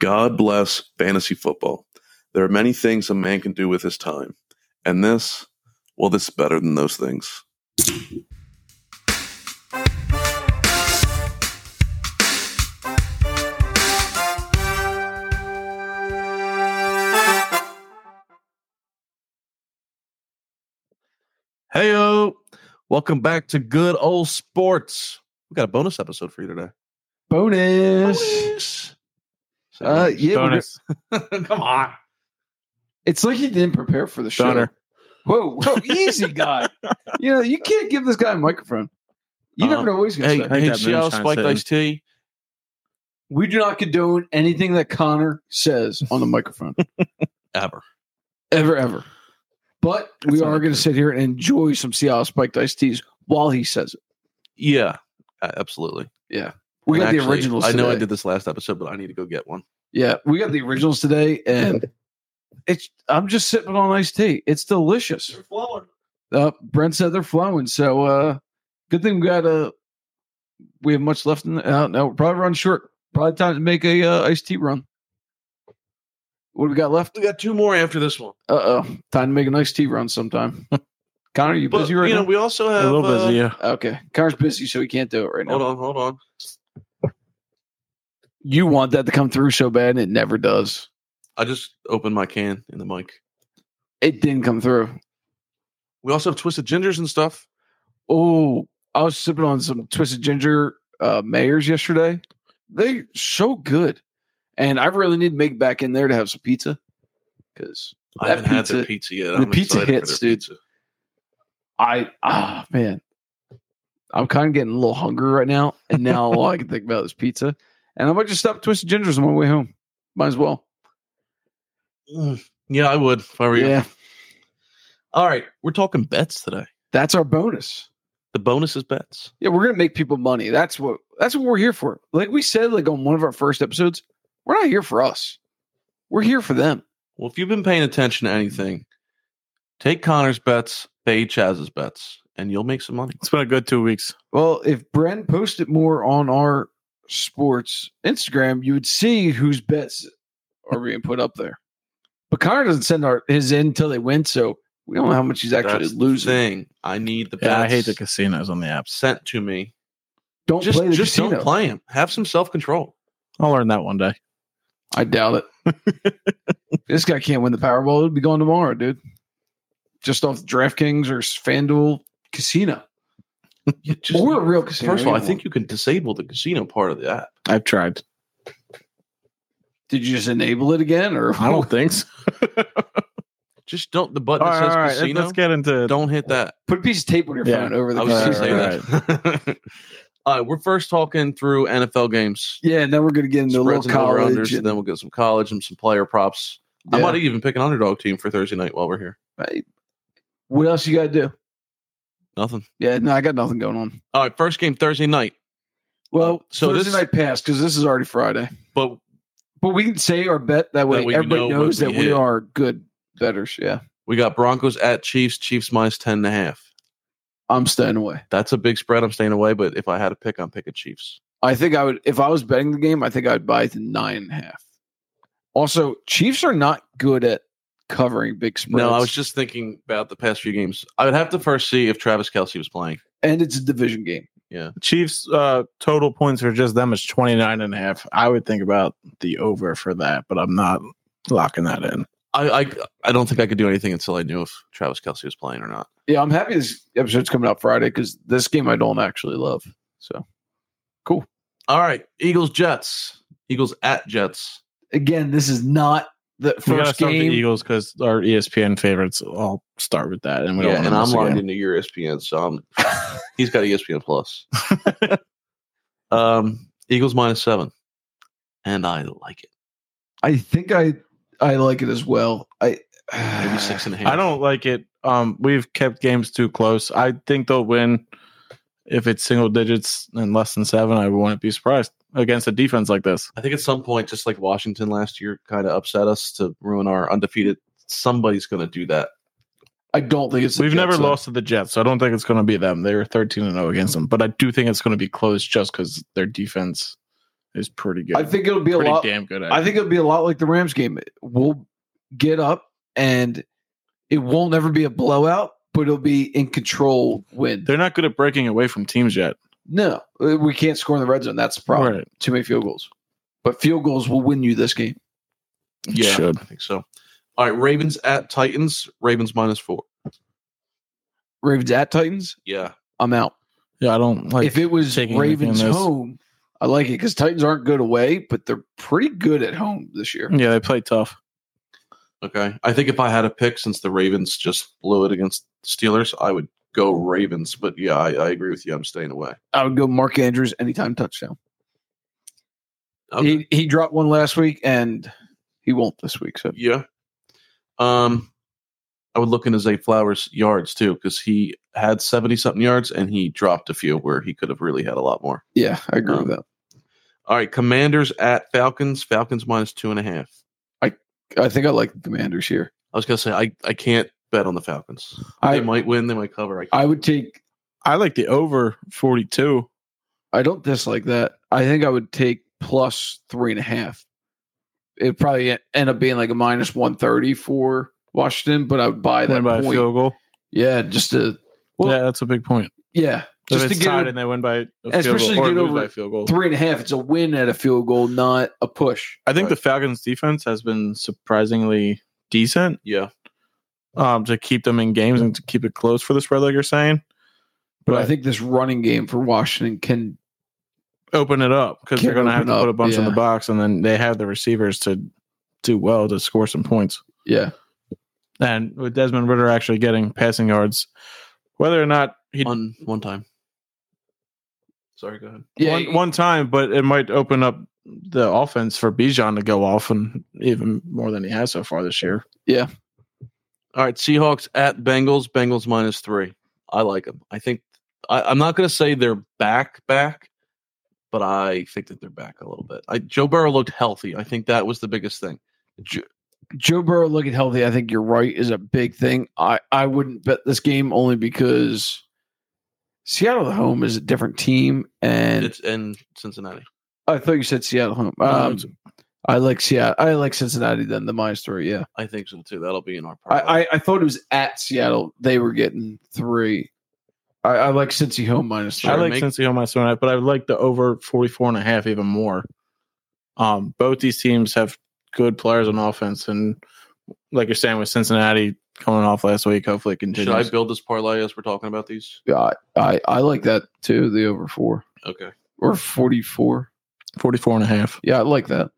God bless fantasy football. There are many things a man can do with his time. And this, well, this is better than those things. Hey, welcome back to good old sports. We got a bonus episode for you today. Oh, Bonus. Bonus. So, Uh, yeah, we're go- Bonus. Come on. it's like you didn't prepare for the show. Boner. Whoa, whoa, easy guy. you know, you can't give this guy a microphone. You Uh, never know what he's going hey, to say. think hey, that shout out moonshine's Spike hitting. Ice Tea. We do not condone anything that Connor says on the microphone, Ever. ever, ever. But we That's not are going true. to sit here and enjoy some Seattle spiked iced teas while he says it. Yeah, a- absolutely. We got And the actually, originals. I know I today. did this last episode, but I need to go get one. Yeah, we got the originals today, and it's. I'm just sipping on iced tea. It's delicious. Uh, Brent said they're flowing. So uh, good thing we got Uh, we have much left in. The, uh, no, we're probably run short. Probably time to make a uh, iced tea run. What do we got left? We got two more after this one. Uh oh, time to make an iced tea run sometime. Connor, you But busy you right know, now? we also A have little uh, busy, yeah. okay, Connor's busy, so he can't do it right now. Hold on, hold on. You want that to come through so bad, and it never does. I just opened my can in the mic. It didn't come through. We also have twisted gingers and stuff. Oh, I was sipping on some twisted ginger uh mayors yesterday. They so good. And I really need to make it back in there to have some pizza. Cause I That haven't had their pizza yet. the pizza excited for hits, their dude. I ah man. I'm kind of getting a little hungry right now. And now all I can think about is pizza. And I might just stop at twisted gingers on my way home. Might as well. Mm, Yeah, I would if I were you. Yeah. All right, we're talking bets today. That's our bonus. The bonus is bets. Yeah, we're gonna make people money. That's what that's what we're here for. Like we said, like on one of our first episodes, we're not here for us. We're here for them. Well, if you've been paying attention to anything, take Connor's bets, pay Chaz's bets, and you'll make some money. It's been a good two weeks. Well, if Bren posted more on our sports Instagram, you would see whose bets are being put up there. But Connor doesn't send our his in until they win, so we don't know how much he's actually That's the losing. thing. I need the bets. Yeah, I hate the casinos on the apps. sent to me. Don't just play the just casino. don't play him. Have some self control. I'll learn that one day. I doubt it. this guy can't win the Powerball. It'll be gone tomorrow, dude. Just off DraftKings or FanDuel casino or a real casino. First of all, I either think one. you can disable the casino part of the app. I've tried. did you just enable it again or I don't think so. Just don't. The All button that right, says all right, casino. let's get into it. don't hit that. put a piece of tape on your Yeah, phone over the I was going Right, to say that. All right, we're first talking through NFL games. Yeah, and then we're gonna get into a little Spreads and college. over-unders, and- then we'll get some college and some player props. I Yeah. might even pick an underdog team for Thursday night while we're here. Hey, What else you gotta do? Nothing. Yeah, no, I got nothing going on. All right, first game Thursday night. Well, So so Thursday this- night passed because this is already Friday. But But we can say our bet that way. That way you Everybody know what knows we that we hit. are good betters. Yeah, we got Broncos at Chiefs. Chiefs minus 10 and a half. I'm staying away. That's a big spread. I'm staying away, but if I had to pick, I'm picking Chiefs. I think I would if I was betting the game. I think I'd buy it to nine and a half. Also, Chiefs are not good at covering big spreads. No, I was just thinking about the past few games. I would have to first see if Travis Kelsey was playing. and it's a division game. Chiefs uh, total points for just them is 29 and a half. I would think about the over for that, but I'm not locking that in. I, I I don't think I could do anything until I knew if Travis Kelsey was playing or not. Yeah, I'm happy this episode's coming out Friday because this game I don't actually love. So All right, Eagles Jets. Eagles at Jets. again, this is not the we gotta first start with the game. Eagles because our E ESPN favorites. I'll start with that, and we Yeah, don't and want I'm to miss a logged game. into your E ESPN, so I'm, he's got E ESPN Plus. um, Eagles minus seven, and I like it. I think I I like it as well. I Maybe six and a half. I don't like it. Um, we've kept games too close. I think they'll win if it's single digits and less than seven. I wouldn't be surprised against a defense like this. I think at some point, just like Washington last year, kind of upset us to ruin our undefeated. Somebody's going to do that. I don't think it's the We've never Jets, though. lost to the Jets, so I don't think it's oh going to be them. They were 13 and 0 against them, but I do think it's going to be close just because their defense is pretty good. I think it'll be a pretty lot. damn good. I think it'll be a lot like the Rams game. We'll get up and it won't ever be a blowout, but it'll be in control win. they're not good at breaking away from teams yet. No, we can't score in the red zone. That's the problem. Right. Too many field goals. But field goals will win you this game. Yeah, Should. I think so. All right, Ravens at Titans. Ravens minus four. Ravens at Titans, Yeah, I'm out. Yeah, I don't like. if it was taking anything Ravens this- home, I like it because Titans aren't good away, but they're pretty good at home this year. yeah, they play tough. Okay. I think if I had a pick since the Ravens just blew it against the Steelers, I would go Ravens. But yeah, I, I agree with you. I'm staying away. I would go Mark Andrews anytime touchdown. Okay. He he dropped one last week and he won't this week. So Yeah. Um, I would look into Zay Flowers' yards too because he had 70 something yards and he dropped a few where he could have really had a lot more. yeah, I Oh. agree with that. All right. Commanders at Falcons. Falcons minus two and a half. I think I like the Commanders here. I was going to say, I, I can't bet on the Falcons. I they might win, they might cover. I can't. I would take. I like the over forty two. I don't dislike that. I think I would take plus three and a half. It'd probably end up being like a minus one thirty for Washington, but I would buy that Win by a point. field goal. Yeah, just to Well- yeah, that's a big point. yeah, Just just to get and they win by a Especially field goal, get or lose over- by a field goal. three and a half. It's a win at a field goal, not a push. I think the Falcons defense has been surprisingly decent Yeah. um, to keep them in games and to keep it close for the spread, like you're saying. But I Right. think this running game for Washington can Open it up because they're Can't going to have open to up, put a bunch in yeah. the box, and then they have the receivers to do well to score some points. yeah. And with Desmond Ritter actually getting passing yards, whether or not he One, one time. Sorry, go ahead. Yeah. one, one time, but it might open up the offense for Bijan to go off and even more than he has so far this year. All right, Seahawks at Bengals. Bengals minus three. I like them. I think I, I'm not going to say they're back back, but I think that they're back a little bit. I, Joe Burrow looked healthy. I think that was the biggest thing. Ju- Joe Burrow looking healthy, I think you're right, is a big thing. I, I wouldn't bet this game only because Seattle at home is a different team. And it's in Cincinnati. I thought you said Seattle home. Um, Um, I like Seattle. I like Cincinnati then, the minus three. Yeah. I think so too. That'll be in our part. I, I, I thought it was at Seattle. They were getting three. I, I like Cincy home minus three. I like make- Cincy on my seven, but I like the over 44 and a half even more. Um, both these teams have good players on offense, and like you're saying with Cincinnati coming off last week, hopefully it Should I continues. build this parlay as we're talking about these? I, I, I like that too, the over four Okay. or 44. 44 and a half. Yeah, I like that.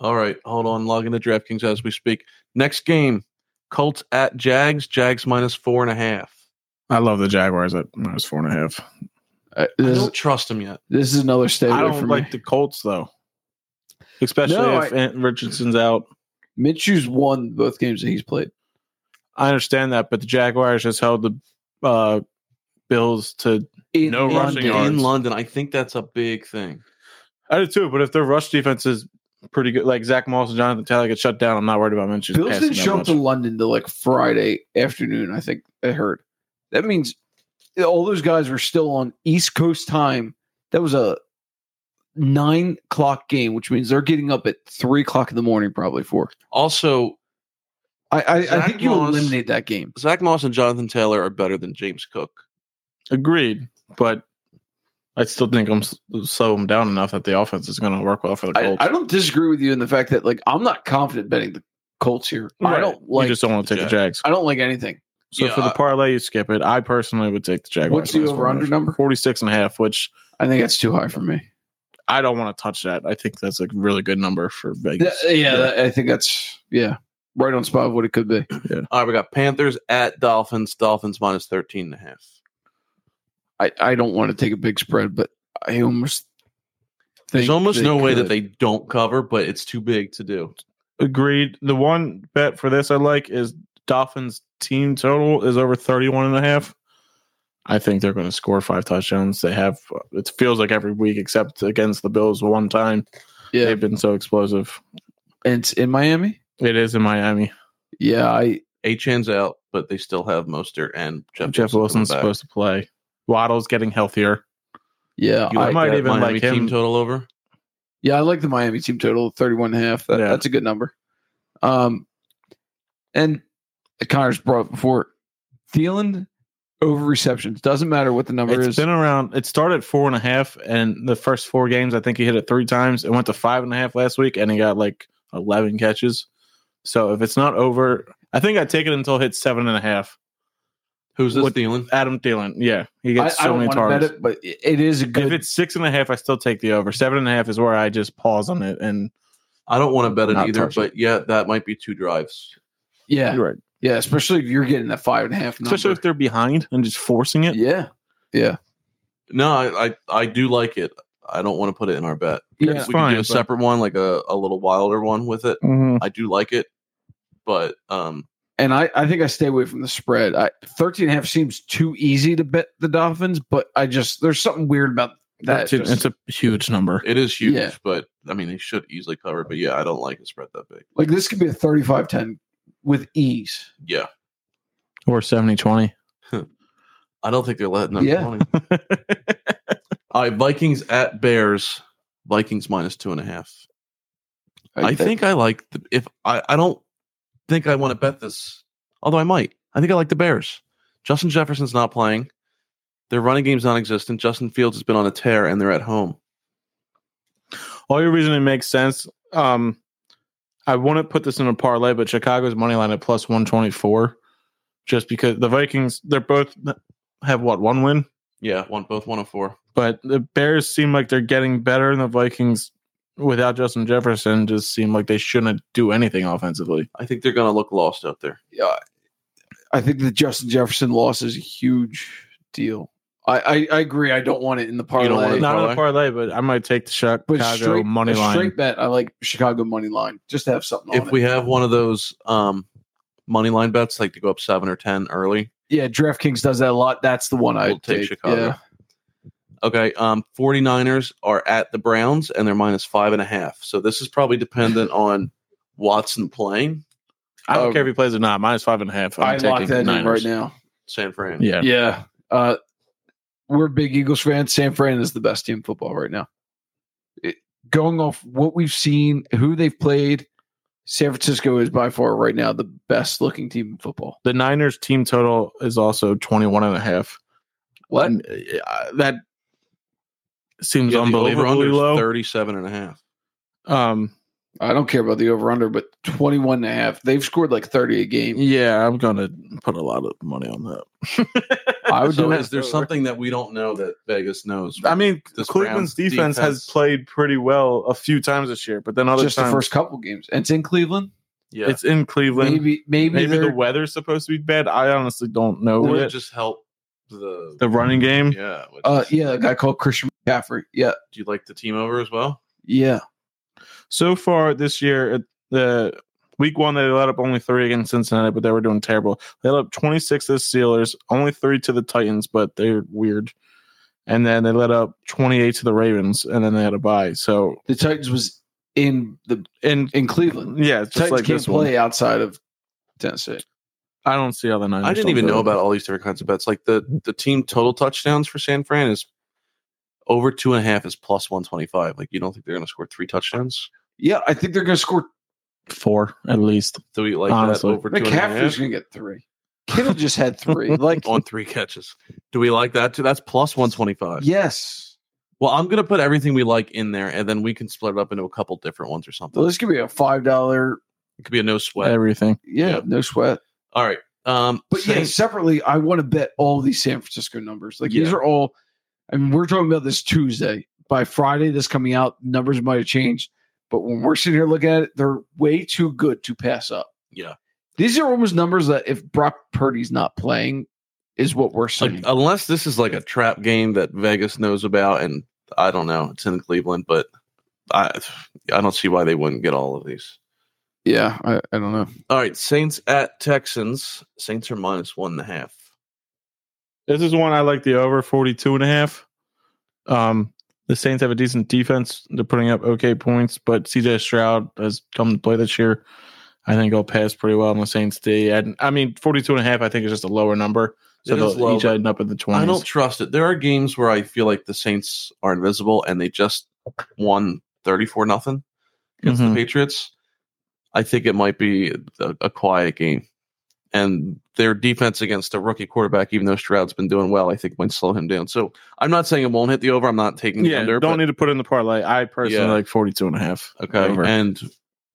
All right. Hold on. Log into DraftKings as we speak. Next game Colts at Jags. Jags minus four and a half. I love the Jaguars at minus four and a half. I, I Uh, this, is, don't trust them yet. this is another stay I away don't from like me. the Colts though, especially No, if Ant Richardson's out. Mitchew's won both games that he's played. I understand that, but the Jaguars just held the uh, Bills to. In No in, rushing yards. in London, I think that's a big thing. I do too, but if their rush defense is pretty good, like Zach Moss and Jonathan Taylor get shut down, I'm not worried about Minshew's Bills passing didn't that show up much. to London till like Friday afternoon. I think I heard. That means all those guys were still on East Coast time. That was a nine o'clock game, which means they're getting up at three o'clock in the morning, probably four. Also, I I, I Zach think you Moss- eliminate that game. Zach Moss and Jonathan Taylor are better than James Cook. Agreed, but I still think I'm s- slow them down enough that the offense is going to work well for the I, Colts. I don't disagree with you in the fact that like I'm not confident betting the Colts here. I Right. don't like you just don't want to take the Jags. I don't like anything. So Yeah, for the I- parlay, you skip it. I personally would take the Jaguars. What's the minus four over and a under half. number? 46 and a half, which I think that's too high for me. I don't want to touch that. I think that's a really good number for Th- Vegas. yeah, that- I think that's yeah, right on spot of what it could be. All right, we got Panthers at Dolphins. Dolphins minus 13 and a half. I, I don't want to take a big spread, but I almost There's think almost they no way that could. they don't cover, but it's too big to do. Agreed. The one bet for this I like is Dolphins team total is over 31 and a half. I think they're going to score five touchdowns. They have uh, it feels like every week except against the Bills one time. yeah. They've been so explosive. And it's in Miami. It is in Miami. Yeah, I Achan's out, but they still have Mostert and Jeff, Jeff Wilson's coming back. supposed to play. Waddle's getting healthier. yeah You I, like might that even Miami like team him. total over. Yeah, I like the Miami team total 31 and a half. That, Yeah. That's a good number. Um, and Connor's brought up before Thielen over receptions. Doesn't matter what the number It's is. been around. It started at four and a half, and the first four games, I think he hit it three times. It went to five and a half last week, and he got like eleven catches. So if it's not over, I think I take it until it hits seven and a half. Who's this What- dealing? Adam Thielen, yeah, he gets I, I so don't many want to bet targets. it, but it- it is a If good. it's six and a half, I still take the over. Seven and a half is where I just pause on it. And I don't want to bet it Not either, touching. but yeah, that might be two drives. yeah, you're right, yeah. Especially if you're getting that five and a half number. especially if they're behind and just forcing it. yeah, No, I I, I do like it. I don't want to put it in our bet. yeah. It's we can fine, do a but- separate one, like a, a little wilder one with it. Mhm. I do like it, but um, and I, I think I stay away from the spread. I 13 and a half seems too easy to bet the Dolphins, but I just there's something weird about that. That's it. Just- it's a huge number. it is huge. Yeah. But I mean, they should easily cover. it, But yeah, I don't like a spread that big. like this could be a 35-10 with ease. Yeah, Or 70 20. I don't think they're letting them. Yeah. Money. All right, Vikings at Bears. Vikings minus two and a half. I think I like the, if I I don't think I want to bet this, although I might. I think I like the Bears. Justin Jefferson's not playing. Their running game's non-existent. Justin Fields has been on a tear, and they're at home. All your reasoning makes sense. Um, I wouldn't put this in a parlay, but Chicago's money line at plus 124, just because the Vikings, they're both have what, one win? Yeah, one both one and four. But the Bears seem like they're getting better, and the Vikings, without Justin Jefferson, just seem like they shouldn't do anything offensively. I think they're gonna look lost out there. yeah, I think the Justin Jefferson loss is a huge deal. I, I, I agree. I don't want it in the don't want parlay, it, Not in parlay? a parlay, but I might take the but Chicago straight money a line. Straight bet. I like Chicago money line. Just to have something. on If it. we have one of those um money line bets, like to go up seven or ten early, yeah, DraftKings does that a lot. That's the one I We'll would take take. Chicago. Yeah. Okay, um, 49ers are at the Browns and they're minus five and a half. So this is probably dependent on Watson playing I don't Um, care if he plays or not. Minus five and a half. I'm I taking locked that in right Niners. now. San Fran. Yeah. Yeah. Uh, we're big Eagles fans. San Fran is the best team in football right now. It, going off what we've seen, who they've played, San Francisco is by far right now the best looking team in football. The Niners team total is also 21 and a half. What? And, uh, that seems Yeah, the unbelievably over-under is low. 37 and a half. Um, I don't care about the over under, but 21 and a half. They've scored like 30 a game. yeah, I'm gonna put a lot of money on that. I would So do is it. there something that we don't know that Vegas knows? I mean, This Cleveland's Browns defense, has defense- played pretty well a few times this year, but then other Just the times first couple games. And it's in Cleveland. yeah, it's in Cleveland. Maybe, Maybe, maybe, they're, the weather's supposed to be bad. I honestly don't know. would with it it. just help the the running game. Yeah, which uh, is- yeah, a guy called Christian McCaffrey. Yeah. Do you like the team over as well? Yeah. So far this year, it- the week one they let up only three against Cincinnati, but they were doing terrible. They let up twenty six to the Steelers, only three to the Titans, but they're weird. And then they let up twenty eight to the Ravens, and then they had a bye. So The Titans was in the and in Cleveland. yeah, it's just Titans like can't this one. play outside of Tennessee. I don't see how the Niners. I didn't don't even do know it. about all these different kinds of bets. Like the the team total touchdowns for San Fran is over two and a half is plus one twenty five. Like you don't think they're going to score three touchdowns? Yeah, I think they're going to score. four at least. Do we like Honestly. that over two and a McCaffrey's half going to get three. Kittle just had three. Like, on three catches? Do we like that too? That's plus one twenty five. yes, Well, I'm going to put everything we like in there, and then we can split it up into a couple different ones or something. well, this could be a five dollar. It could be a no sweat. Everything. Yeah, Yeah. no sweat. All right. Um, But yeah, Saints- separately, I want to bet all these San Francisco numbers. Like these Yeah. are all. I mean, we're talking about this Tuesday. By Friday, this coming out, numbers might have changed. But when we're sitting here looking at it, they're way too good to pass up. yeah. These are almost numbers that if Brock Purdy's not playing, is what we're Like, seeing. uh, unless this is like a trap game that Vegas knows about, and I don't know, it's in Cleveland, but I I don't see why they wouldn't get all of these. yeah, I, I don't know. All right, Saints at Texans. Saints are minus one and a half. This is one I like the over 42 and a half. Um, the Saints have a decent defense. They're putting up okay points, but CJ Stroud has come to play this year. I think he'll pass pretty well on the Saints D. And I mean, 42 and a half, I think is just a lower number. So It is they'll low, each but end up in the 20s. I don't trust it. There are games where I feel like the Saints are invisible, and they just won 34 nothing against Mhm. the Patriots. I think it might be a, a quiet game. And their defense against a rookie quarterback, even though Stroud's been doing well, I think might slow him down. So I'm not saying it won't hit the over. I'm not taking the Yeah, under. don't but- need to put in the parlay. I personally Yeah. like 42 and a half. okay. Over. And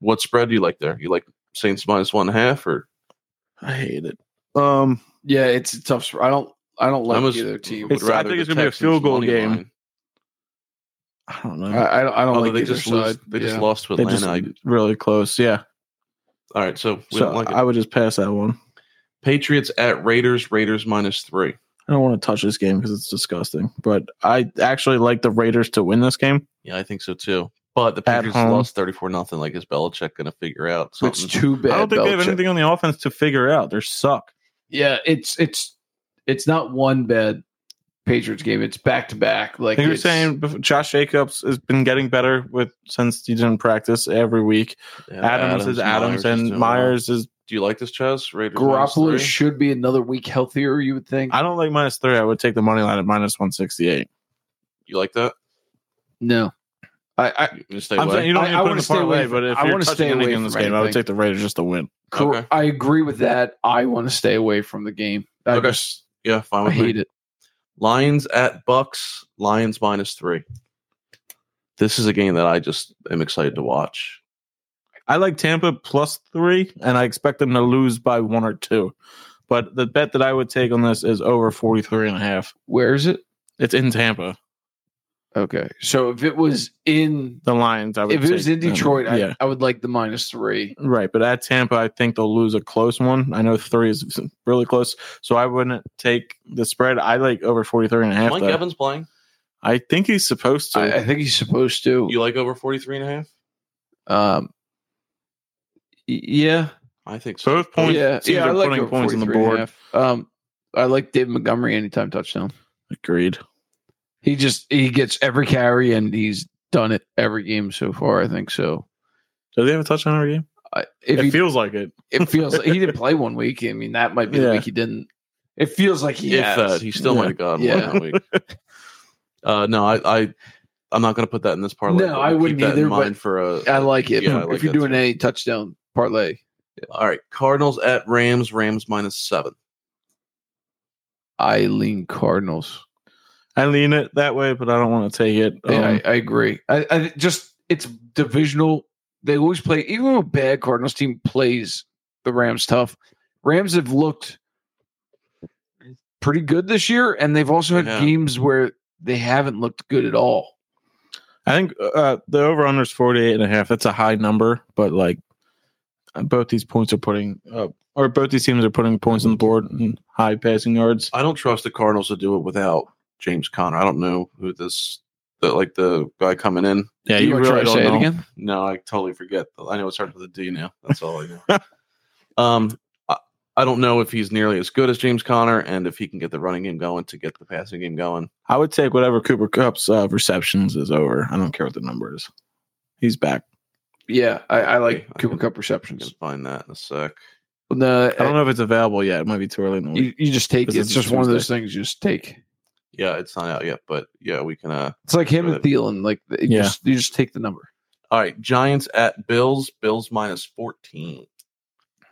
what spread do you like there? You like Saints minus one and a half or I hate it. Um, Yeah, it's a tough. Sp- I don't. I don't like almost either team. would It's- I rather think it's the gonna be a Texans field goal money game. line. I don't I, know. I, don't- I don't Although like they either just side. lose, they just Yeah. lost to they Atlanta. just I- really close. Yeah. all right, so we so don't like it. I would just pass that one. Patriots at Raiders. Raiders minus three. I don't want to touch this game because it's disgusting. But I actually like the Raiders to win this game. Yeah, I think so too. But the At Patriots home. lost thirty four nothing. Like is Belichick going to figure out It's something? too bad. I don't think they have Belichick. anything on the offense to figure out. They suck. Yeah, it's it's it's not one bad Patriots game. It's back to back. I Like think you were it's- saying bef- Josh Jacobs has been getting better with since he didn't practice every week. Yeah, Adams, is Adams, Myers and doing Myers is. well. Do you like this, Chaz? Raiders minus Garoppolo three? should be another week healthier. You would think. I don't like minus three. I would take the money line at minus one sixty eight. You like that? no, I, I You gonna stay I'm away? saying you don't I- need I to put wanna in the stay away parlay, from- but if I you're wanna stay touching anything away in this from game, I would anything. take the Raiders just to win. cor- Okay. I agree with that. I want to stay away from the game. I Okay. just yeah, fine I with me. hate it. Lions at Bucks. Lions minus three. This is a game that I just am excited to watch. I like Tampa plus three, and I expect them to lose by one or two. But the bet that I would take on this is over 43 and a half. Where is it? It's in Tampa. Okay, so if it was in The Lions, I would if it was take in them. Detroit, I, yeah. I would like the minus three. Right, but at Tampa, I think they'll lose a close one. I know three is really close, so I wouldn't take the spread. I like over 43 and a half. Mike though. Evans playing. I think he's supposed to. I, I think he's supposed to. You like over 43 and a half? Um, y- yeah, I think so. Both points. yeah, teams are putting over points on 43 the and a board. half. Um, I like Dave Montgomery anytime touchdown. Agreed. He just he gets every carry and he's done it every game so far. I think so. Do they have a touchdown every game? I, if it he, feels like it. it feels like he didn't play one week. I mean, that might be Yeah. the week he didn't. It feels like he If uh, has. that, he still Yeah. might have gotten Yeah. one that week. Uh, no, I, I, I'm not going to put that in this parlay. No, but I keep wouldn't that in either, but Mind for a, I like it. Yeah, I like if you're that doing a touchdown parlay, all right, Cardinals at Rams. Rams minus seven. I lean Cardinals. I lean it that way, but I don't want to take it. Yeah, Um, I, I agree. I, I just it's divisional. They always play even when a bad Cardinals team plays the Rams tough. Rams have looked pretty good this year, and they've also had Yeah. games where they haven't looked good at all. I think uh, the over under is 48 and a half. That's a high number, but like uh, both these points are putting up, or both these teams are putting points on the board and high passing yards. I don't trust the Cardinals to do it without James Conner. I don't know who this, the, like the guy coming in. Yeah, wanna try to say it again? No, I totally forget. I know it starts with a D now. That's all I know. um, I, I don't know if he's nearly as good as James Conner and if he can get the running game going to get the passing game going. I would take whatever Cooper Cup's uh, receptions is over. I don't care what the number is. He's back. Yeah, I, I like Okay, I can- Cooper Cup I'm going receptions. to find that in a sec. No, I don't know if it's available yet. It might be too early in the week. You, you just take. This It's is just one of those things you just take. Yeah, it's not out yet, but yeah, we can. uh It's like him and Thielen. Like they Yeah. just, you just take the number. All right, Giants at Bills. Bills minus fourteen.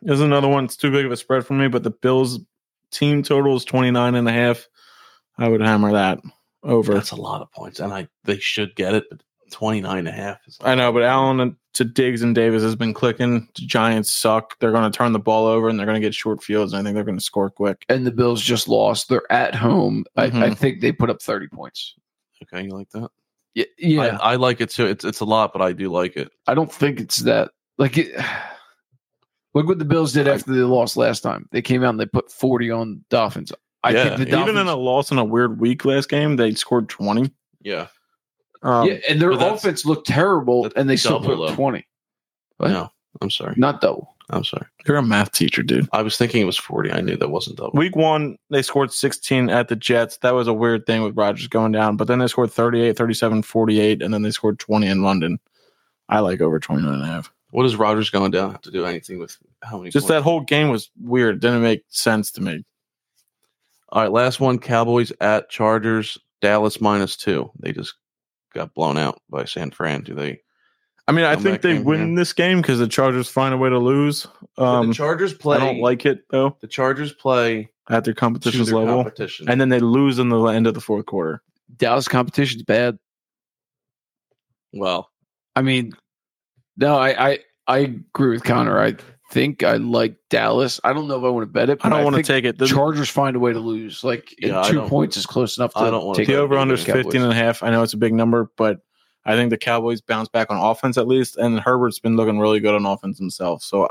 There's another one. It's too big of a spread for me, but the Bills team total is 29 and a half. I would hammer that over. That's a lot of points, and I they should get it, but 29 and a half is. I know, but Allen to Diggs and Davis has been clicking. The Giants suck. They're going to turn the ball over and they're going to get short fields. And I think they're going to score quick. And the Bills just lost. They're at home. Mhm. I, I think they put up thirty points. okay. You like that? Yeah, yeah. I, I like it too. It's it's a lot, but I do like it. I don't think it's that. Like, it, look what the Bills did after they lost last time. They came out and they put forty on Dolphins. I Yeah, think the even Dolphins, Even in a loss in a weird week last game, they scored twenty. Yeah. Um, yeah, and their but that's- offense looked terrible, that's and they still double, put up though. twenty. What? No, I'm sorry. Not double. I'm sorry. You're a math teacher, dude. I was thinking it was 40. I knew that wasn't double. Week one, they scored 16 at the Jets. That was a weird thing with Rodgers going down, but then they scored 38, 37, 48, and then they scored 20 in London. I like over 29 and a half. What is Rogers going down have to do anything with how many? Just points? that whole game was weird. Didn't make sense to me. All right, last one. Cowboys at Chargers. Dallas minus two. They just got blown out by San Fran. Do they? I mean, I Come think back they in, win yeah. this game because the Chargers find a way to lose. Um, the Chargers play. I don't like it though the Chargers play at their to competition's their level, competition. and then they lose in the end of the fourth quarter. Dallas competition's bad. well, I mean, no, I I, I agree with Connor. I think I like Dallas. I don't know if I want to bet it. I But don't want to think take it. The, Chargers find a way to lose. Like in Yeah, I two don't- points is close enough. To I don't wanna take the bet it. over under is Cowboys. 15 and a half. I know it's a big number, but I think the Cowboys bounce back on offense at least, and Herbert's been looking really good on offense himself. So uh,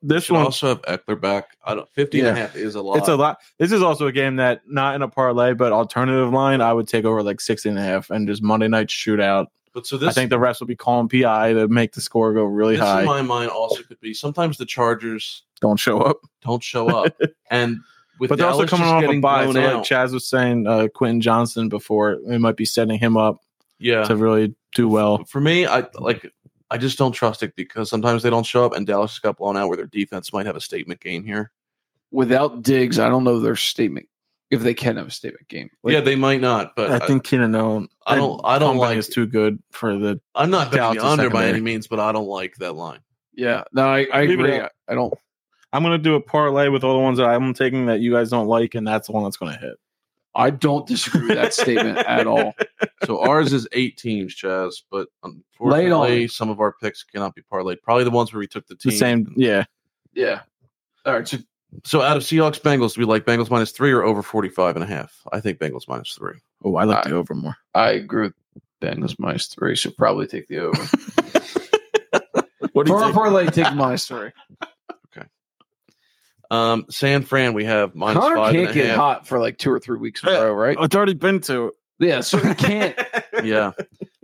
this should one, also have Eckler back. I don't. 50 and a Yeah. half is a lot. It's a lot. This is also a game that not in a parlay, but alternative line, I would take over like 16 and a half and just Monday night shootout. But so this, I think the refs will be calling PI to make the score go really this high. in my mind also could be sometimes the Chargers Don't show up. don't show up, and with But they're also Dallas coming just off a getting bye. So blown like out, Chaz was saying, uh, Quentin Johnson before, it might be setting him up yeah. to really do well. for me, I like I just don't trust it because sometimes they don't show up, and Dallas just got blown out where their defense might have a statement game here. Without Diggs, I don't know their statement if they can have a statement game. Like, yeah, they might not, but I think Keenan Allen. I don't- I don't Comeback like is it. too good for the. I, am not betting Dallas the is under by secondary. any means, but I don't like that line. yeah. No, I, I Leave it agree. I, out. I don't. I'm gonna do a parlay with all the ones that I'm taking that you guys don't like, and that's the one that's gonna hit. I don't disagree with that statement at all. So ours is eight teams, Chaz, but Lay it on unfortunately, me. some of our picks cannot be parlayed. Probably the ones where we took the The team. same, yeah. Yeah. All right. So So out of Seahawks, Bengals, do we like Bengals minus three or over 45 and a half? I think Bengals minus three. Oh, I like I- the over more. I agree with Bengals minus three. Should probably take the over. What do you For our think? parlay, take minus three. Um, San Fran, we have minus Connor five and can't a get half. hot for like two or three weeks in a row, right? Oh, It's already been to. Yeah, so he can't. yeah.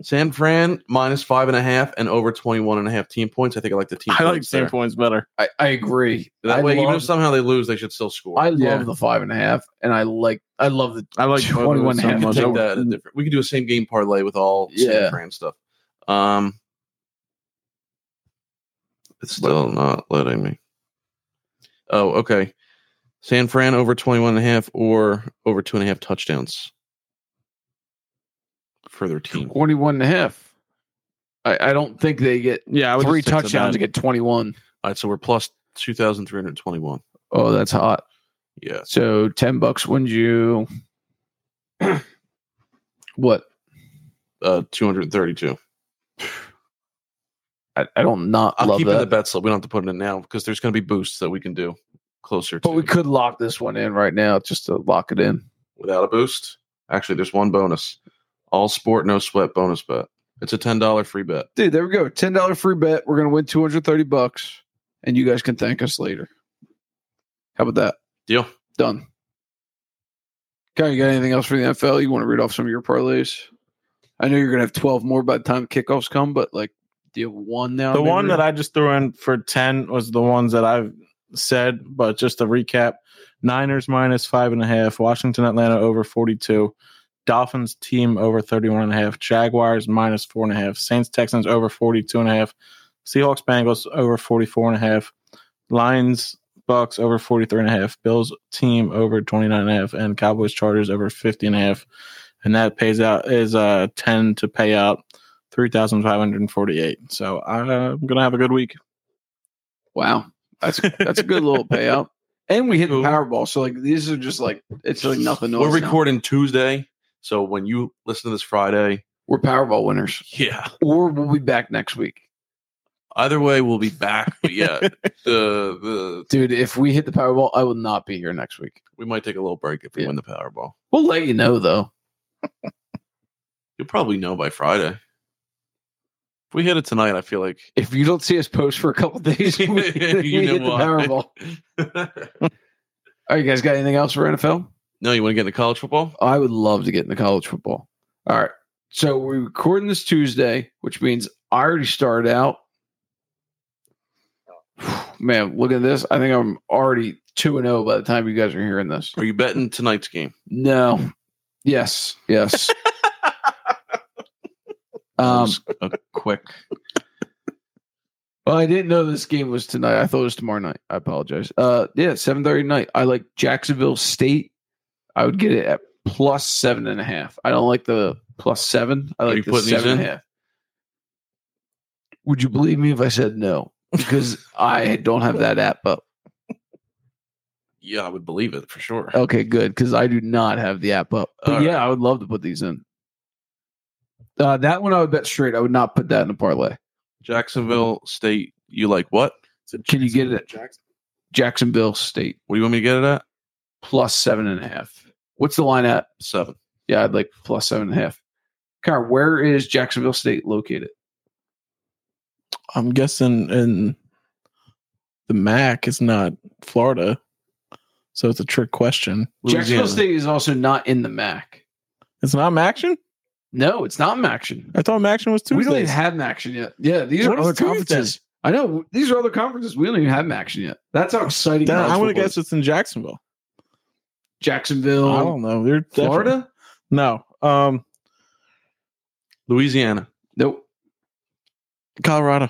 San Fran minus five and a half and over 21 and a half team points. I think I like the team. I like points ten there. points better. I, I agree. That I way, even love- if somehow they lose, they should still score. I love Yeah. the five and a half, and I like I love the I like 21 both of them we, half. so can much. take over. that at different- we can do a same game parlay with all Yeah. San Fran stuff. Um, it's still not letting me. Oh, okay. San Fran over 21 and a half or over two and a half touchdowns for their team. twenty-one and a half. I, I don't think they get Yeah, I would three just stick to touchdowns to get that. 21. All right, so we're plus 2,321. Oh, that's hot. Yeah. So 10 bucks wins you what? Uh, 232. I, I don't not I'll love keep in the that. bet slip. We don't have to put it in now because there's going to be boosts that we can do closer but to we could lock this one in right now just to lock it in. without a boost. Actually, there's one bonus. All sport, no sweat bonus bet. It's a ten dollar free bet. Dude, there we go. $10 free bet. We're going to win 230 bucks and you guys can thank us later. How about that? Deal. Done. Guy, you got anything else for the NFL? You want to read off some of your parlays? I know you're going to have 12 more by the time kickoffs come, but like, do you have one now? The one that I just threw in for ten was the ones that I've said, but just to recap: Niners minus five and a half, Washington Atlanta over forty-two, Dolphins team over thirty-one and a half, Jaguars minus four and a half, Saints Texans over forty-two and a half, Seahawks Bengals over forty-four and a half, Lions Bucks over forty-three and a half, Bills team over twenty-nine and a half, and Cowboys Chargers over fifty and a half, and that pays out is uh ten to pay out. 3,548. So I'm going to have a good week. Wow. That's that's a good little payout. And we hit the Cool. Powerball. So, like, these are just like, it's like nothing else. We're now. recording Tuesday, so when you listen to this Friday, We're Powerball winners. yeah. Or we'll be back next week. Either way, we'll be back. But yeah, the the Dude, if we hit the Powerball, I will not be here next week. we might take a little break if we Yeah. win the Powerball. We'll let you know, though. You'll probably know by Friday. If we hit it tonight, I feel like If you don't see us post for a couple days, we, You we know hit the why. Powerball. All right, you guys got anything else for NFL? no. You want to get into college football? I would love to get into college football. All right. So we're recording this Tuesday, which means I already started out. Man, look at this. I think I'm already 2 and 0 by the time you guys are hearing this. Are you betting tonight's game? No. Yes. Yes. um, Just a quick. Well, I didn't know this game was tonight. I thought it was tomorrow night. I apologize. Uh, yeah, seven thirty night. I like Jacksonville State. I would get it at plus seven and a half. I don't like the plus seven. I Are like you the putting these seven and a in? half. Would you believe me if I said no? Because I don't have that app up. Yeah, I would believe it for sure. Okay, good. Because I do not have the app up. But All yeah, I would love to put these in. Uh, that one I would bet straight. I would not put that in a parlay. Jacksonville State, you like what? Can you get it? Jacksonville State What do you want me to get it at? plus seven and a half. What's the line at? Seven. Yeah, I'd like plus seven and a half. Car, where is Jacksonville State located? I'm guessing in the MAC is not Florida, so it's a trick question. Jacksonville State is also not in the MAC. It's not Maction. No, it's not MACtion. I thought Maction was We Tuesdays. don't even have MACtion yet. Yeah, these What are is other Tuesday? conferences. I know these are other conferences. We don't even have MACtion yet. That's how exciting. Then college I would football guess is. it's in Jacksonville. I Jacksonville, don't know. They're definitely- Florida. No. Um, Louisiana. Nope. Colorado.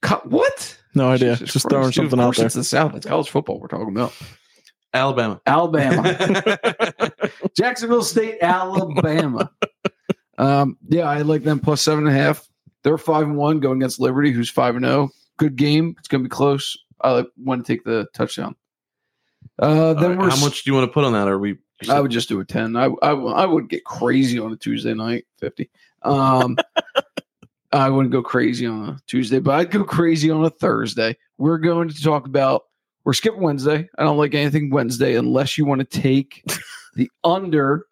Co- what? No idea. Jesus Just Christ, throwing dude, of something out course there. It's the South. It's college football. We're talking about Alabama. Alabama. Jacksonville State, Alabama. um, yeah, I like them plus seven and a half. They're five and one going against Liberty, who's five and zero. Good game. It's going to be close. I like, want to take the touchdown. Uh, All then right, we're. how s- Uh, much do you want to put on that? Are we I would just do a ten. I, I I would get crazy on a Tuesday night fifty. Um, I wouldn't go crazy on a Tuesday, but I'd go crazy on a Thursday. We're going to talk about. We're skipping Wednesday. I don't like anything Wednesday unless you want to take the under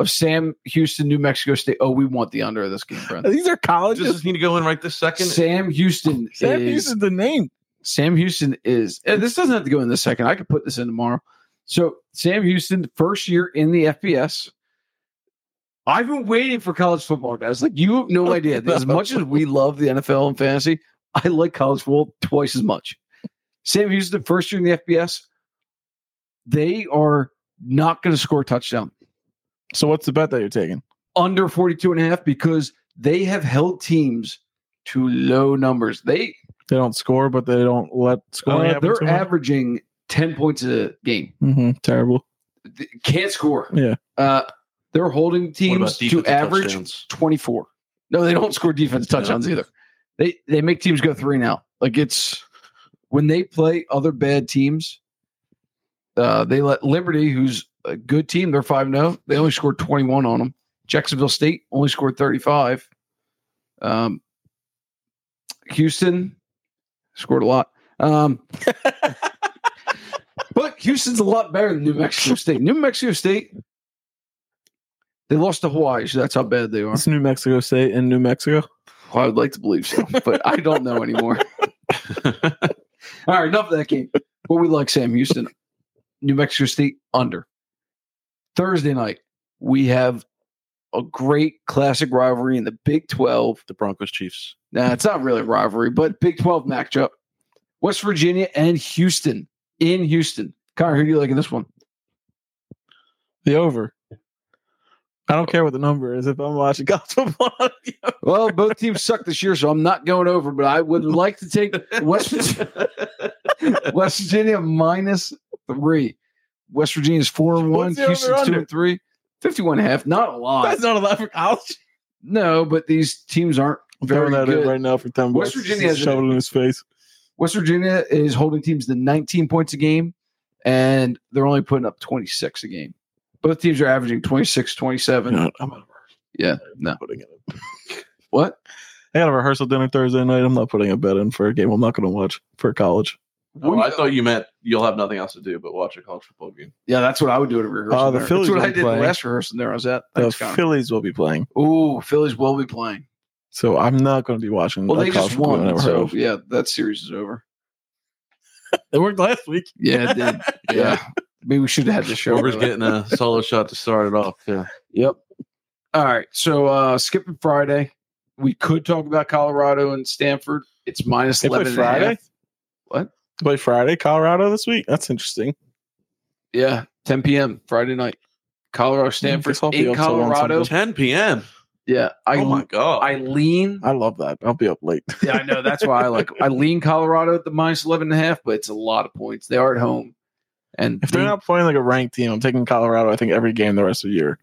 of Sam Houston, New Mexico State. Oh, we want the under of this game, friend. These are Does colleges. this need to go in right this second? Sam Houston Sam is uses the name. Sam Houston is and this doesn't have to go in this second. I could put this in tomorrow. So Sam Houston, first year in the FBS. I've been waiting for college football, guys. Like you have no idea. As much as we love the NFL and fantasy, I like college football twice as much. Sam Houston, first year in the FBS. They are not going to score a touchdown So what's the bet that you're taking? under 42 and a half because they have held teams to low numbers. They They don't score, but they don't let score. uh, they're averaging 10 points a game. hmm Terrible. th- can't score. Yeah. Uh, they're holding What about teams to defensive average touchdowns? 24. No, they don't score defense touchdowns either. They they make teams go three now. Like it's when they play other bad teams, uh, they let Liberty, who's a good team, they're 5 0. They only scored 21 on them. Jacksonville State only scored 35. Um, Houston scored a lot. Um, but Houston's a lot better than New Mexico State. New Mexico State, they lost to Hawaii, so that's how bad they are. It's New Mexico State in New Mexico. Well, I would like to believe so, but I don't know anymore. All right, enough of that game. But we like Sam Houston, New Mexico State under. Thursday night, we have a great classic rivalry in the Big 12. The Broncos Chiefs. Nah, it's not really a rivalry, but Big 12 matchup. West Virginia and Houston in Houston. Connor, who do you like in this one? The over. I don't care what the number is if I'm watching college football. Well, both teams suck this year, so I'm not going over, but I would like to take West West Virginia minus three. West Virginia's four and one. What's the Houston's two over-under? and three. 51 and a half. Not a lot. That's not allowed for college. No, but these teams aren't I'm very throwing that good. in right now for ten West bucks. Virginia has Just shove it in his face. West Virginia is holding teams to 19 points a game, and they're only putting up 26 a game. Both teams are averaging 26, 27. No, I'm not Yeah, no. putting it. in. What? I got a rehearsal dinner Thursday night. I'm not putting a bet in for a game. I'm not going to watch for college. Oh, I thought you meant you'll have nothing else to do but watch a college football game. yeah, that's what I would do at a rehearsal. Uh, the there. Phillies that's what will I be did playing. last rehearsal there. I was at. The Thanks, Connor. Phillies will be playing, Ooh, Phillies will be playing. so I'm not going to be watching. Well, a they college just football I won. never heard So of. yeah, that series is over. It worked last week. Yeah, it did. Yeah. Maybe we should have had the show. Whoever's for that. getting a solo shot to start it off. Yeah. Yep. All right. So uh skipping Friday. We could talk about Colorado and Stanford. It's minus They play 11 and a half. Friday. What? They play Friday, Colorado this week. That's interesting. Yeah, 10 p.m. Friday night. Colorado Stanford Guess I'll be in up till one Colorado. 10 p.m. Yeah, I oh my god. I lean. I love that. I'll be up late. Yeah, I know. That's why I like I lean Colorado at the minus 11 and a half, but it's a lot of points. They are at home. And If they're they- not playing like a ranked team, I'm taking Colorado. I think every game the rest of the year.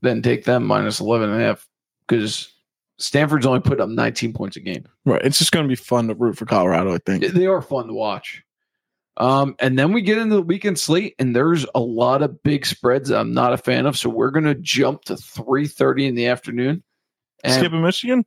then take them minus 11 and a half because Stanford's only put up 19 points a game. Right. It's just going to be fun to root for Colorado, I think. They are fun to watch. Um, and then we get into the weekend slate, and there's a lot of big spreads that I'm not a fan of. So we're gonna jump to 3:30 in the afternoon. And Skipping Michigan?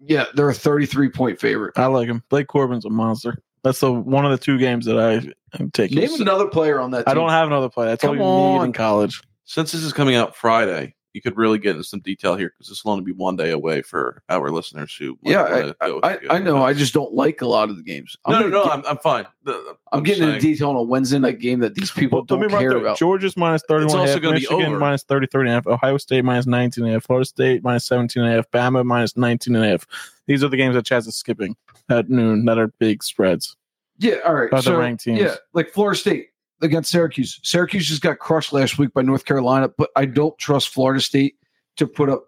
yeah, they're a 33 point favorite. I like him. Blake Corbin's a monster. That's the one of the two games that I am taking. Name another player on that. Team. I don't have another play. That's all Come you need on. in college. Since this is coming out Friday, you could really get into some detail here because this will only be one day away for our listeners who. might Yeah, wanna I, go I, with you. I know. I just don't like a lot of the games. No, no, gonna no. get- I'm, I'm fine. The- I'm, getting saying- into detail on a Wednesday night game that these people Let me don't run care through it. about. Georgia's minus 31 It's and a also half, gonna be Michigan over. minus 33 and a half, Ohio State minus 19 and a half, Florida State minus 17 and a half, Bama minus 19 and a half. These are the games that Chaz is skipping at noon that are big spreads. Yeah, all right. Other so, ranked teams. Yeah, like Florida State against Syracuse. Syracuse just got crushed last week by North Carolina, but I don't trust Florida State to put up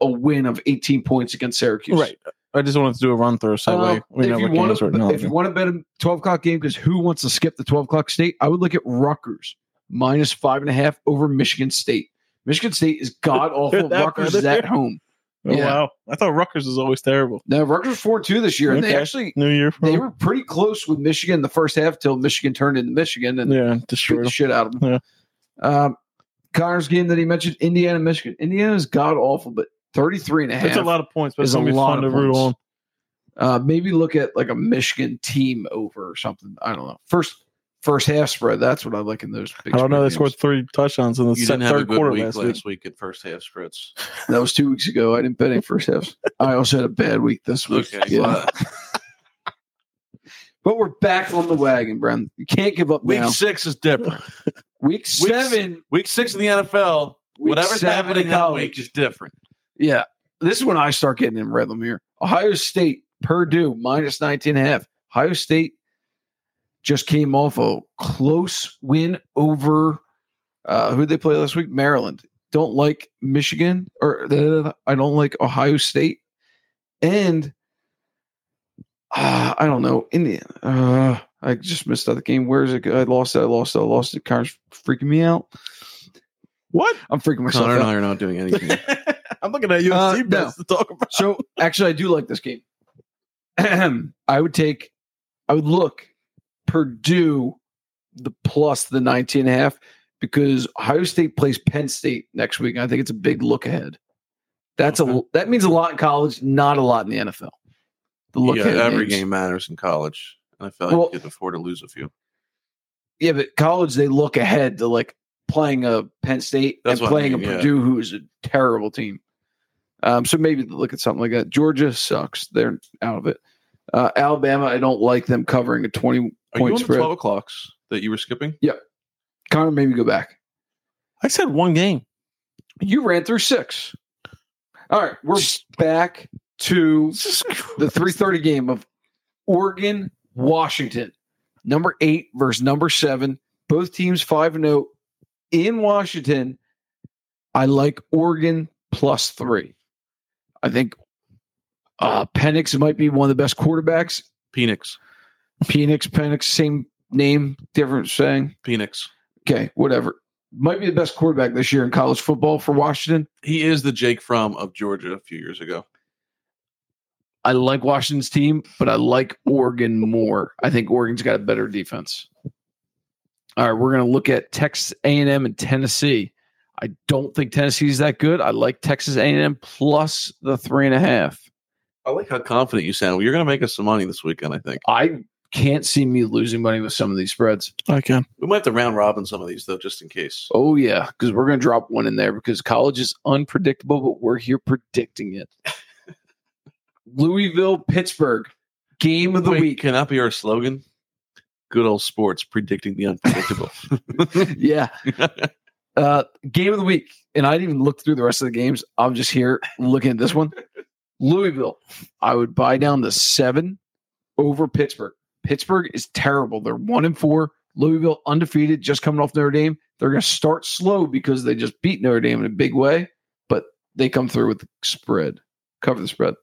a win of 18 points against Syracuse. Right. I just wanted to do a run through so that Uh, way we know if, you what games want are to, if acknowledging. you want to bet a 12 o'clock game, because who wants to skip the 12 o'clock state? I would look at Rutgers minus five and a half over Michigan State. Michigan State is god awful. They're that Rutgers bad is at this year? home. Oh, Yeah. Wow. I thought Rutgers was always terrible. Now Rutgers four two this year, and they Okay. actually New year for they them. were pretty close with Michigan in the first half till Michigan turned into Michigan and Yeah, beat destroyed the them. shit out of them. Um, Connor's game that he mentioned, Indiana Michigan. Indiana is god awful, but 33 and a half. It's a lot of points, but It's it's going a to be lot fun to of root on. points. Uh, maybe look at like a Michigan team over or something. I don't know. First first half spread. That's what I like in those. Big I don't know. spread They games. scored three touchdowns in the You se- didn't have a third good quarter week last week. last week at first half spreads. That was two weeks ago. I didn't bet any first halves. I also had a bad week this week. Okay, Yeah. well, But we're back on the wagon, Bren. You can't give up week now. six is different. Week seven. Week six in the NFL. Week whatever's seven happening in that college. week is different. Yeah. This is when I start getting in rhythm here. Ohio State, Purdue, minus 19 and a half. Ohio State just came off a close win over uh, who they play last week? Maryland. Don't like Michigan or I don't like Ohio State. And uh, I don't know. Indiana. Uh, I just missed out the game. Where is it? I lost it. I lost it. I lost it. Connor's freaking me out. What? I'm freaking myself Connor out. and I are not doing anything. I'm looking at UFC Uh, no. bets to talk about. So actually, I do like this game. I would take, I would look Purdue the plus the 19 and a half because Ohio State plays Penn State next week. I think it's a big look ahead. That's a Okay. that means a lot in college, not a lot in the NFL. The look yeah, ahead every games. game matters in college. And I feel like Well- you can afford to lose a few. Yeah, but college they look ahead to like playing a Penn State That's and what I playing mean, a yeah. Purdue who is a terrible team. Um, so maybe look at something like that. Georgia sucks; they're out of it. Uh, Alabama, I don't like them covering a twenty Are you point on the spread. 12 o'clocks that you were skipping? Connor, maybe go back. I said one game. You ran through six. All right, we're back to the three thirty game of Oregon Washington, number eight versus number seven. Both teams five and zero in Washington. I like Oregon plus three. I think uh, Penix might be one of the best quarterbacks. Phoenix. Penix, Penix, same name, different saying. Phoenix. Okay, whatever. Might be the best quarterback this year in college football for Washington. He is the Jake Fromm of Georgia a few years ago. I like Washington's team, but I like Oregon more. I think Oregon's got a better defense. All right, we're going to look at Texas A&M and Tennessee. I don't think Tennessee's that good. I like Texas A&M plus the three and a half. I like how confident you sound. You're going to make us some money this weekend, I think. I can't see me losing money with some of these spreads. I can. We might have to round robin some of these, though, just in case. Oh yeah, because we're going to drop one in there because college is unpredictable, but we're here predicting it. Louisville, Pittsburgh, game of the Wait, week. Can that be our slogan? Good old sports predicting the unpredictable. yeah. Uh, game of the week, and I didn't even look through the rest of the games. I'm just here looking at this one. Louisville, I would buy down the seven over Pittsburgh. Pittsburgh is terrible. They're one and four. Louisville undefeated, just coming off Notre Dame. They're going to start slow because they just beat Notre Dame in a big way, but they come through with the spread, cover the spread.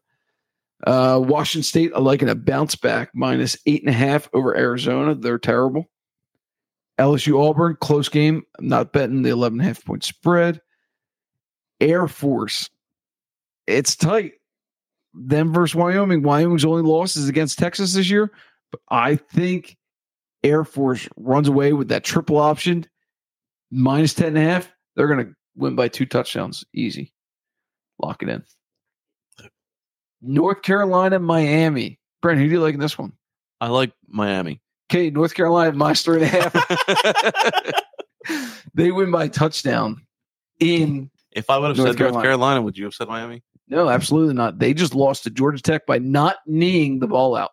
Uh, Washington State, I like in a bounce back minus eight and a half over Arizona. They're terrible. LSU Auburn, close game. I'm not betting the 11 half point spread. Air Force. It's tight. Them versus Wyoming. Wyoming's only loss is against Texas this year, but I think Air Force runs away with that triple option, minus 10 and a half. They're going to win by two touchdowns. Easy. Lock it in. North Carolina, Miami. Brent, who do you like in this one? I like Miami. Okay, North Carolina, minus three and a half. they win by touchdown in if I would have North said Carolina. North Carolina, would you have said Miami? no absolutely not they just lost to georgia tech by not kneeing the ball out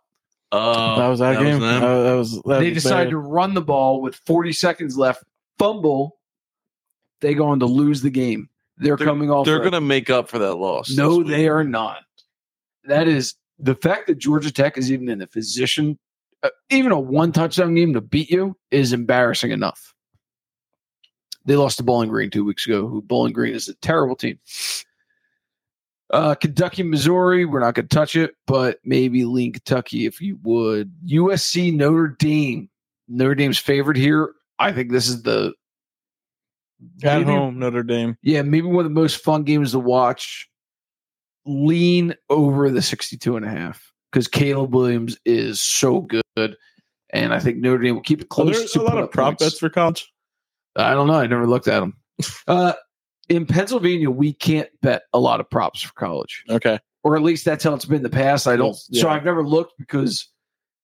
Oh, that was that, game. them. that, that was that they was decided bad. to run the ball with 40 seconds left fumble they go on to lose the game they're, They're- coming off They're a- going to make up for that loss. no this week. they are not that is the fact that georgia tech is even in a position uh, even a one touchdown game to beat you is embarrassing enough they lost to bowling green two weeks ago who bowling green is a terrible team uh, Kentucky, Missouri, we're not going to touch it, but maybe lean Kentucky if you would. USC, Notre Dame. Notre Dame's favored here. I think this is the at maybe- home Notre Dame. Yeah, maybe one of the most fun games to watch. Lean over the 62 and a half because Caleb Williams is so good. And I think Notre Dame will keep it Are close. there to a lot put of up prop points. bets for college? I don't know. I never looked at them. uh, in Pennsylvania, we can't bet a lot of props for college. Okay, or at least that's how it's been in the past. I don't, Yeah. so I've never looked because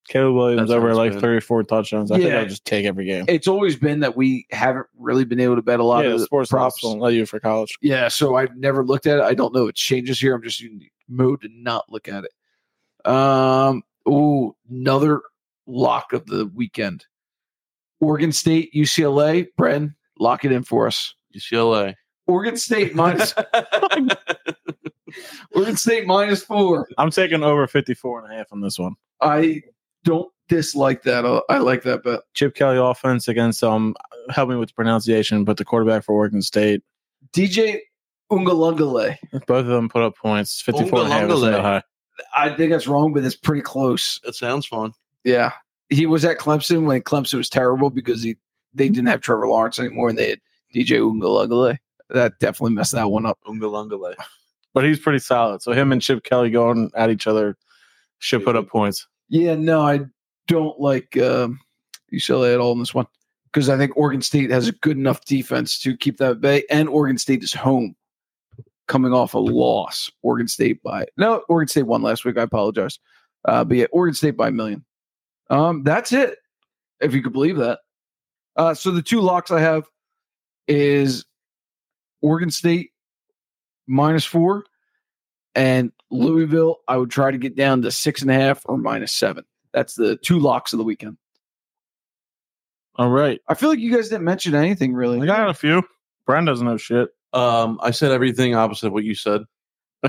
Caleb Williams That over sounds like good. three or four touchdowns. I think Yeah. I'll just take every game. it's always been that we haven't really been able to bet a lot of yeah, the the sports props props. won't let you for college. Yeah, so I've never looked at it. I don't know. It changes here. I'm just in the mode to not look at it. Um, ooh, another lock of the weekend. Oregon State, UCLA, Bren, lock it in for us. UCLA. Oregon State minus Oregon State minus four. I'm taking over 54 and a half on this one. I don't dislike that. Uh, I like that bet. Chip Kelly offense against um help me with the pronunciation, but the quarterback for Oregon State. DJ Ungalungale. Both of them put up points. 54 and a half isn't Ungalungale. that high. I think that's wrong, but it's pretty close. That sounds fun. Yeah. He was at Clemson when Clemson was terrible because he they didn't have Trevor Lawrence anymore and they had DJ Ungalugale. That definitely messed that one up. Ungalungale. But he's pretty solid. So him and Chip Kelly going at each other should put up points. Yeah, no, I don't like um, UCLA at all in this one because I think Oregon State has a good enough defense to keep that at bay, and Oregon State is home coming off a loss. Oregon State by no, Oregon State won last week. I apologize, uh, but yeah, Oregon State by a million. Um, that's it, if you could believe that. Uh, so the two locks I have is Oregon State minus four and Louisville, I would try to get down to six and a half or minus seven. That's the two locks of the weekend. All right. I feel like you guys didn't mention anything really. I got a few. Brian doesn't know shit. Um, I said everything opposite of what you said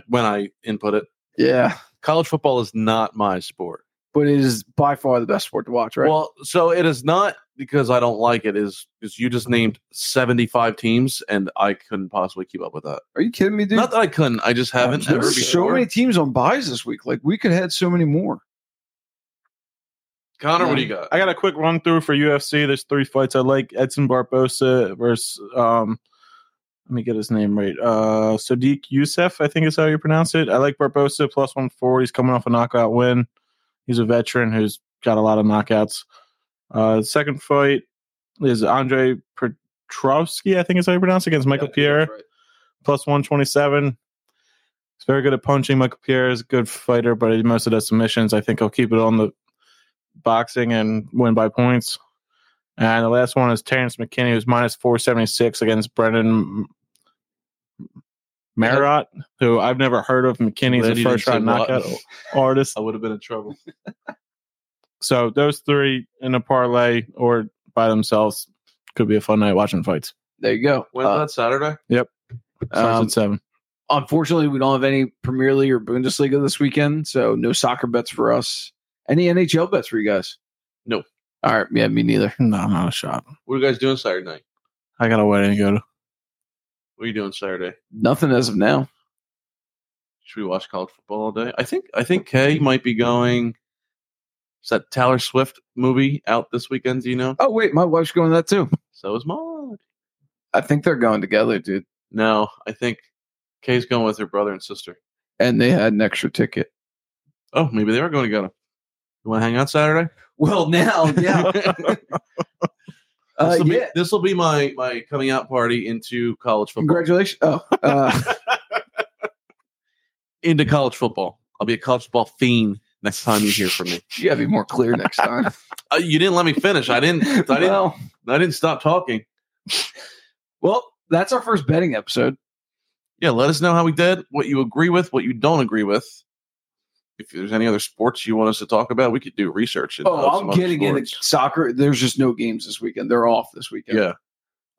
when I input it. yeah, College football is not my sport. but it is by far the best sport to watch, right? Well, so it is not because I don't like it. Is because you just named seventy-five teams, and I couldn't possibly keep up with that. Are you kidding me, dude? Not that I couldn't. I just haven't ever There's so before. many teams on buys this week. Like we could have had so many more. Connor, what do you got? I got a quick run through for UFC. There's three fights I like: Edson Barbosa versus um, let me get his name right. Uh, Sadiq Youssef, I think is how you pronounce it. I like Barbosa plus one forty. He's coming off a knockout win. He's a veteran who's got a lot of knockouts. Uh, the second fight is Andre Petrovsky, I think is how you pronounce it, against Michael Pierre plus 127. He's very good at punching. Michael Pierre is a good fighter, but he mostly does submissions. I think he'll keep it on the boxing and win by points. And the last one is Terrence McKinney, who's minus 476 against Brendan Marrott, who I've never heard of. McKinney's Glad you a didn't first round say Watt. knockout artist. I would have been in trouble. So those three in a parlay or by themselves could be a fun night watching fights. There you go. When's Uh, that Saturday? Starts Um, at seven. unfortunately, we don't have any Premier League or Bundesliga this weekend, so no soccer bets for us. Any NHL bets for you guys? No. All right. Yeah, me neither. No, not a shot. What are you guys doing Saturday night? I got a wedding to go to. What are you doing Saturday? Nothing as of now. Should we watch college football all day? I think I think Kay might be going. Is that Taylor Swift movie out this weekend? Do you know? Oh wait, my wife's going to that too. So is mine. I think they're going together, dude. No, I think Kay's going with her brother and sister. and they had an extra ticket. Oh, maybe they are going together. You want to hang out Saturday? Well, now, yeah, uh, This will yeah. be, this'll be my my coming out party into college football. Congratulations. Oh, uh, Into college football. I'll be a college football fiend next time you hear from me. you gotta be more clear next time. Uh, you didn't let me finish. I didn't. I didn't. well, I didn't stop talking. well, that's our first betting episode. Yeah, let us know how we did, what you agree with, what you don't agree with. If there's any other sports you want us to talk about, we could do research. into Oh, some I'm other getting into sports. soccer. There's just no games this weekend. They're off this weekend. Yeah.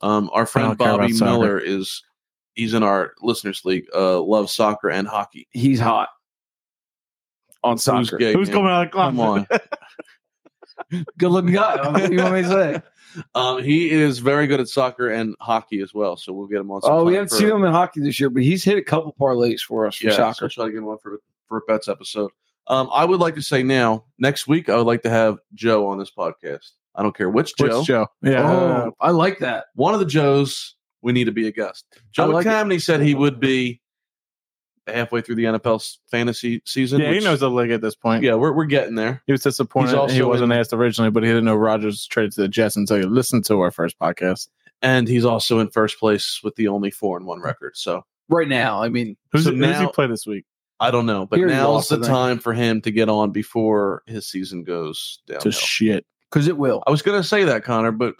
Um, our friend don't care Bobby about soccer. Miller is he's in our listeners league, uh, loves soccer and hockey. he's hot on Who's soccer. gay, Who's man? coming out of the Come on. Good looking guy. I don't know What you want me to say? Um, he is very good at soccer and hockey as well, so we'll get him on. Oh, we sometime haven't for- seen him in hockey this year, but he's hit a couple parlays for us for Yeah, so soccer. I'll try to get him on for for a bets episode. Um, I would like to say now next week I would like to have Joe on this podcast. I don't care which Joe, Joe. Joe. Yeah. Uh, Oh, I like that. one of the Joes. We need to be a guest. I Joe like it. Camney said he would be halfway through the NFL s- fantasy season. yeah, he which- knows the league at this point. Yeah, we're we're getting there. He was He's disappointed. also he wasn't in- asked originally, but he didn't know Rogers traded to the Jets until he listened to our first podcast. and he's also in first place with the only four and one Hmm. record. So Right now, I mean, Who's, So who's now- he play this week? I don't know, but Here he now's lost, I the think. time for him to get on before his season goes To downhill. shit. because it will. I was going to say that, Connor, but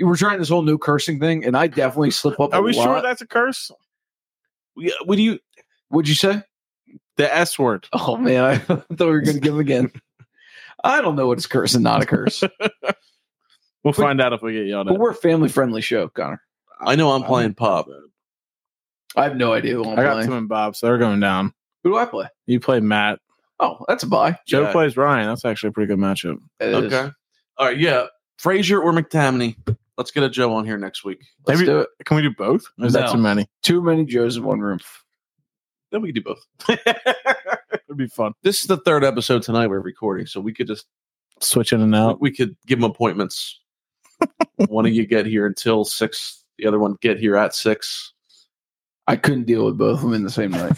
We're trying this whole new cursing thing, and I definitely slip up. Are we lot. sure that's a curse? yeah, what do you? What'd you say? The S word. Oh man, I thought we were going to give him again. I don't know what's curse and not a curse, We'll find out if we get yelled at. but we're a family friendly show, Connor. I know I'm playing pop. I have no idea who I'm I got playing. Tim and Bob, so they're going down. Who do I play? You play Matt. Oh, that's a bye. Joe Yeah. plays Ryan. That's actually a pretty good matchup. It is. Okay, all right, yeah, Frazier or McTamney. Let's get a Joe on here next week. Let's Maybe- do it. Can we do both? Or is that No. too many? Too many Joes in one room. Then we can do both. It'd be fun. This is the third episode tonight we're recording, so we could just Switch in and Uh, out. we could give them appointments. one of you get here until six. The other one get here at six. I couldn't deal with both of them in the same night.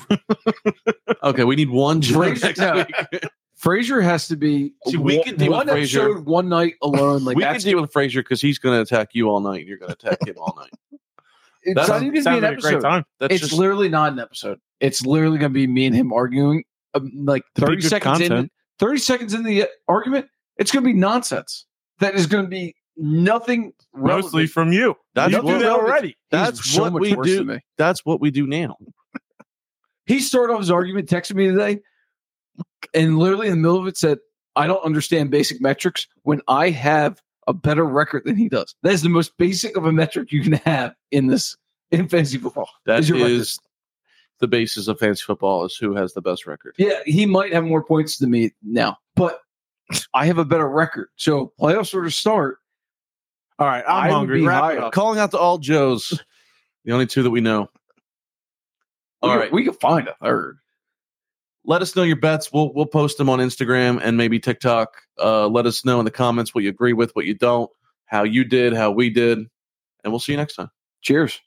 Okay, we need one Joe Frazier- next no. week. Frasier has to be See, we one- can deal with one Frasier. episode, one night alone. Like we can that's deal with Frazier because he's going to attack you all night, and you're going to attack him all night. that it's not sounds- even gonna Sounds be an like a great episode. time. That's It's just literally not an episode. It's literally gonna be me and him arguing. Um, like To be thirty good seconds in, content. thirty seconds in the uh, argument, it's gonna be nonsense. That is gonna be nothing. Relevant. Mostly from you. That's you what- do that already. He's that's so what much we worse do. than me. that's what we do now. He started off his argument, texted me today, and literally in the middle of it said, I don't understand basic metrics when I have a better record than he does. That is the most basic of a metric you can have in this in fantasy football. That Is is, your record. the basis of fantasy football is who has the best record. Yeah, he might have more points than me now, but I have a better record. So playoffs were to start. All right. I I'm would hungry. be Wrap it higher. up. Calling out to all Joes, the only two that we know. we All could- right, we could find a third. let us know your bets. We'll we'll post them on Instagram and maybe TikTok. Uh, let us know in the comments what you agree with, what you don't, how you did, how we did, and we'll see you next time. Cheers.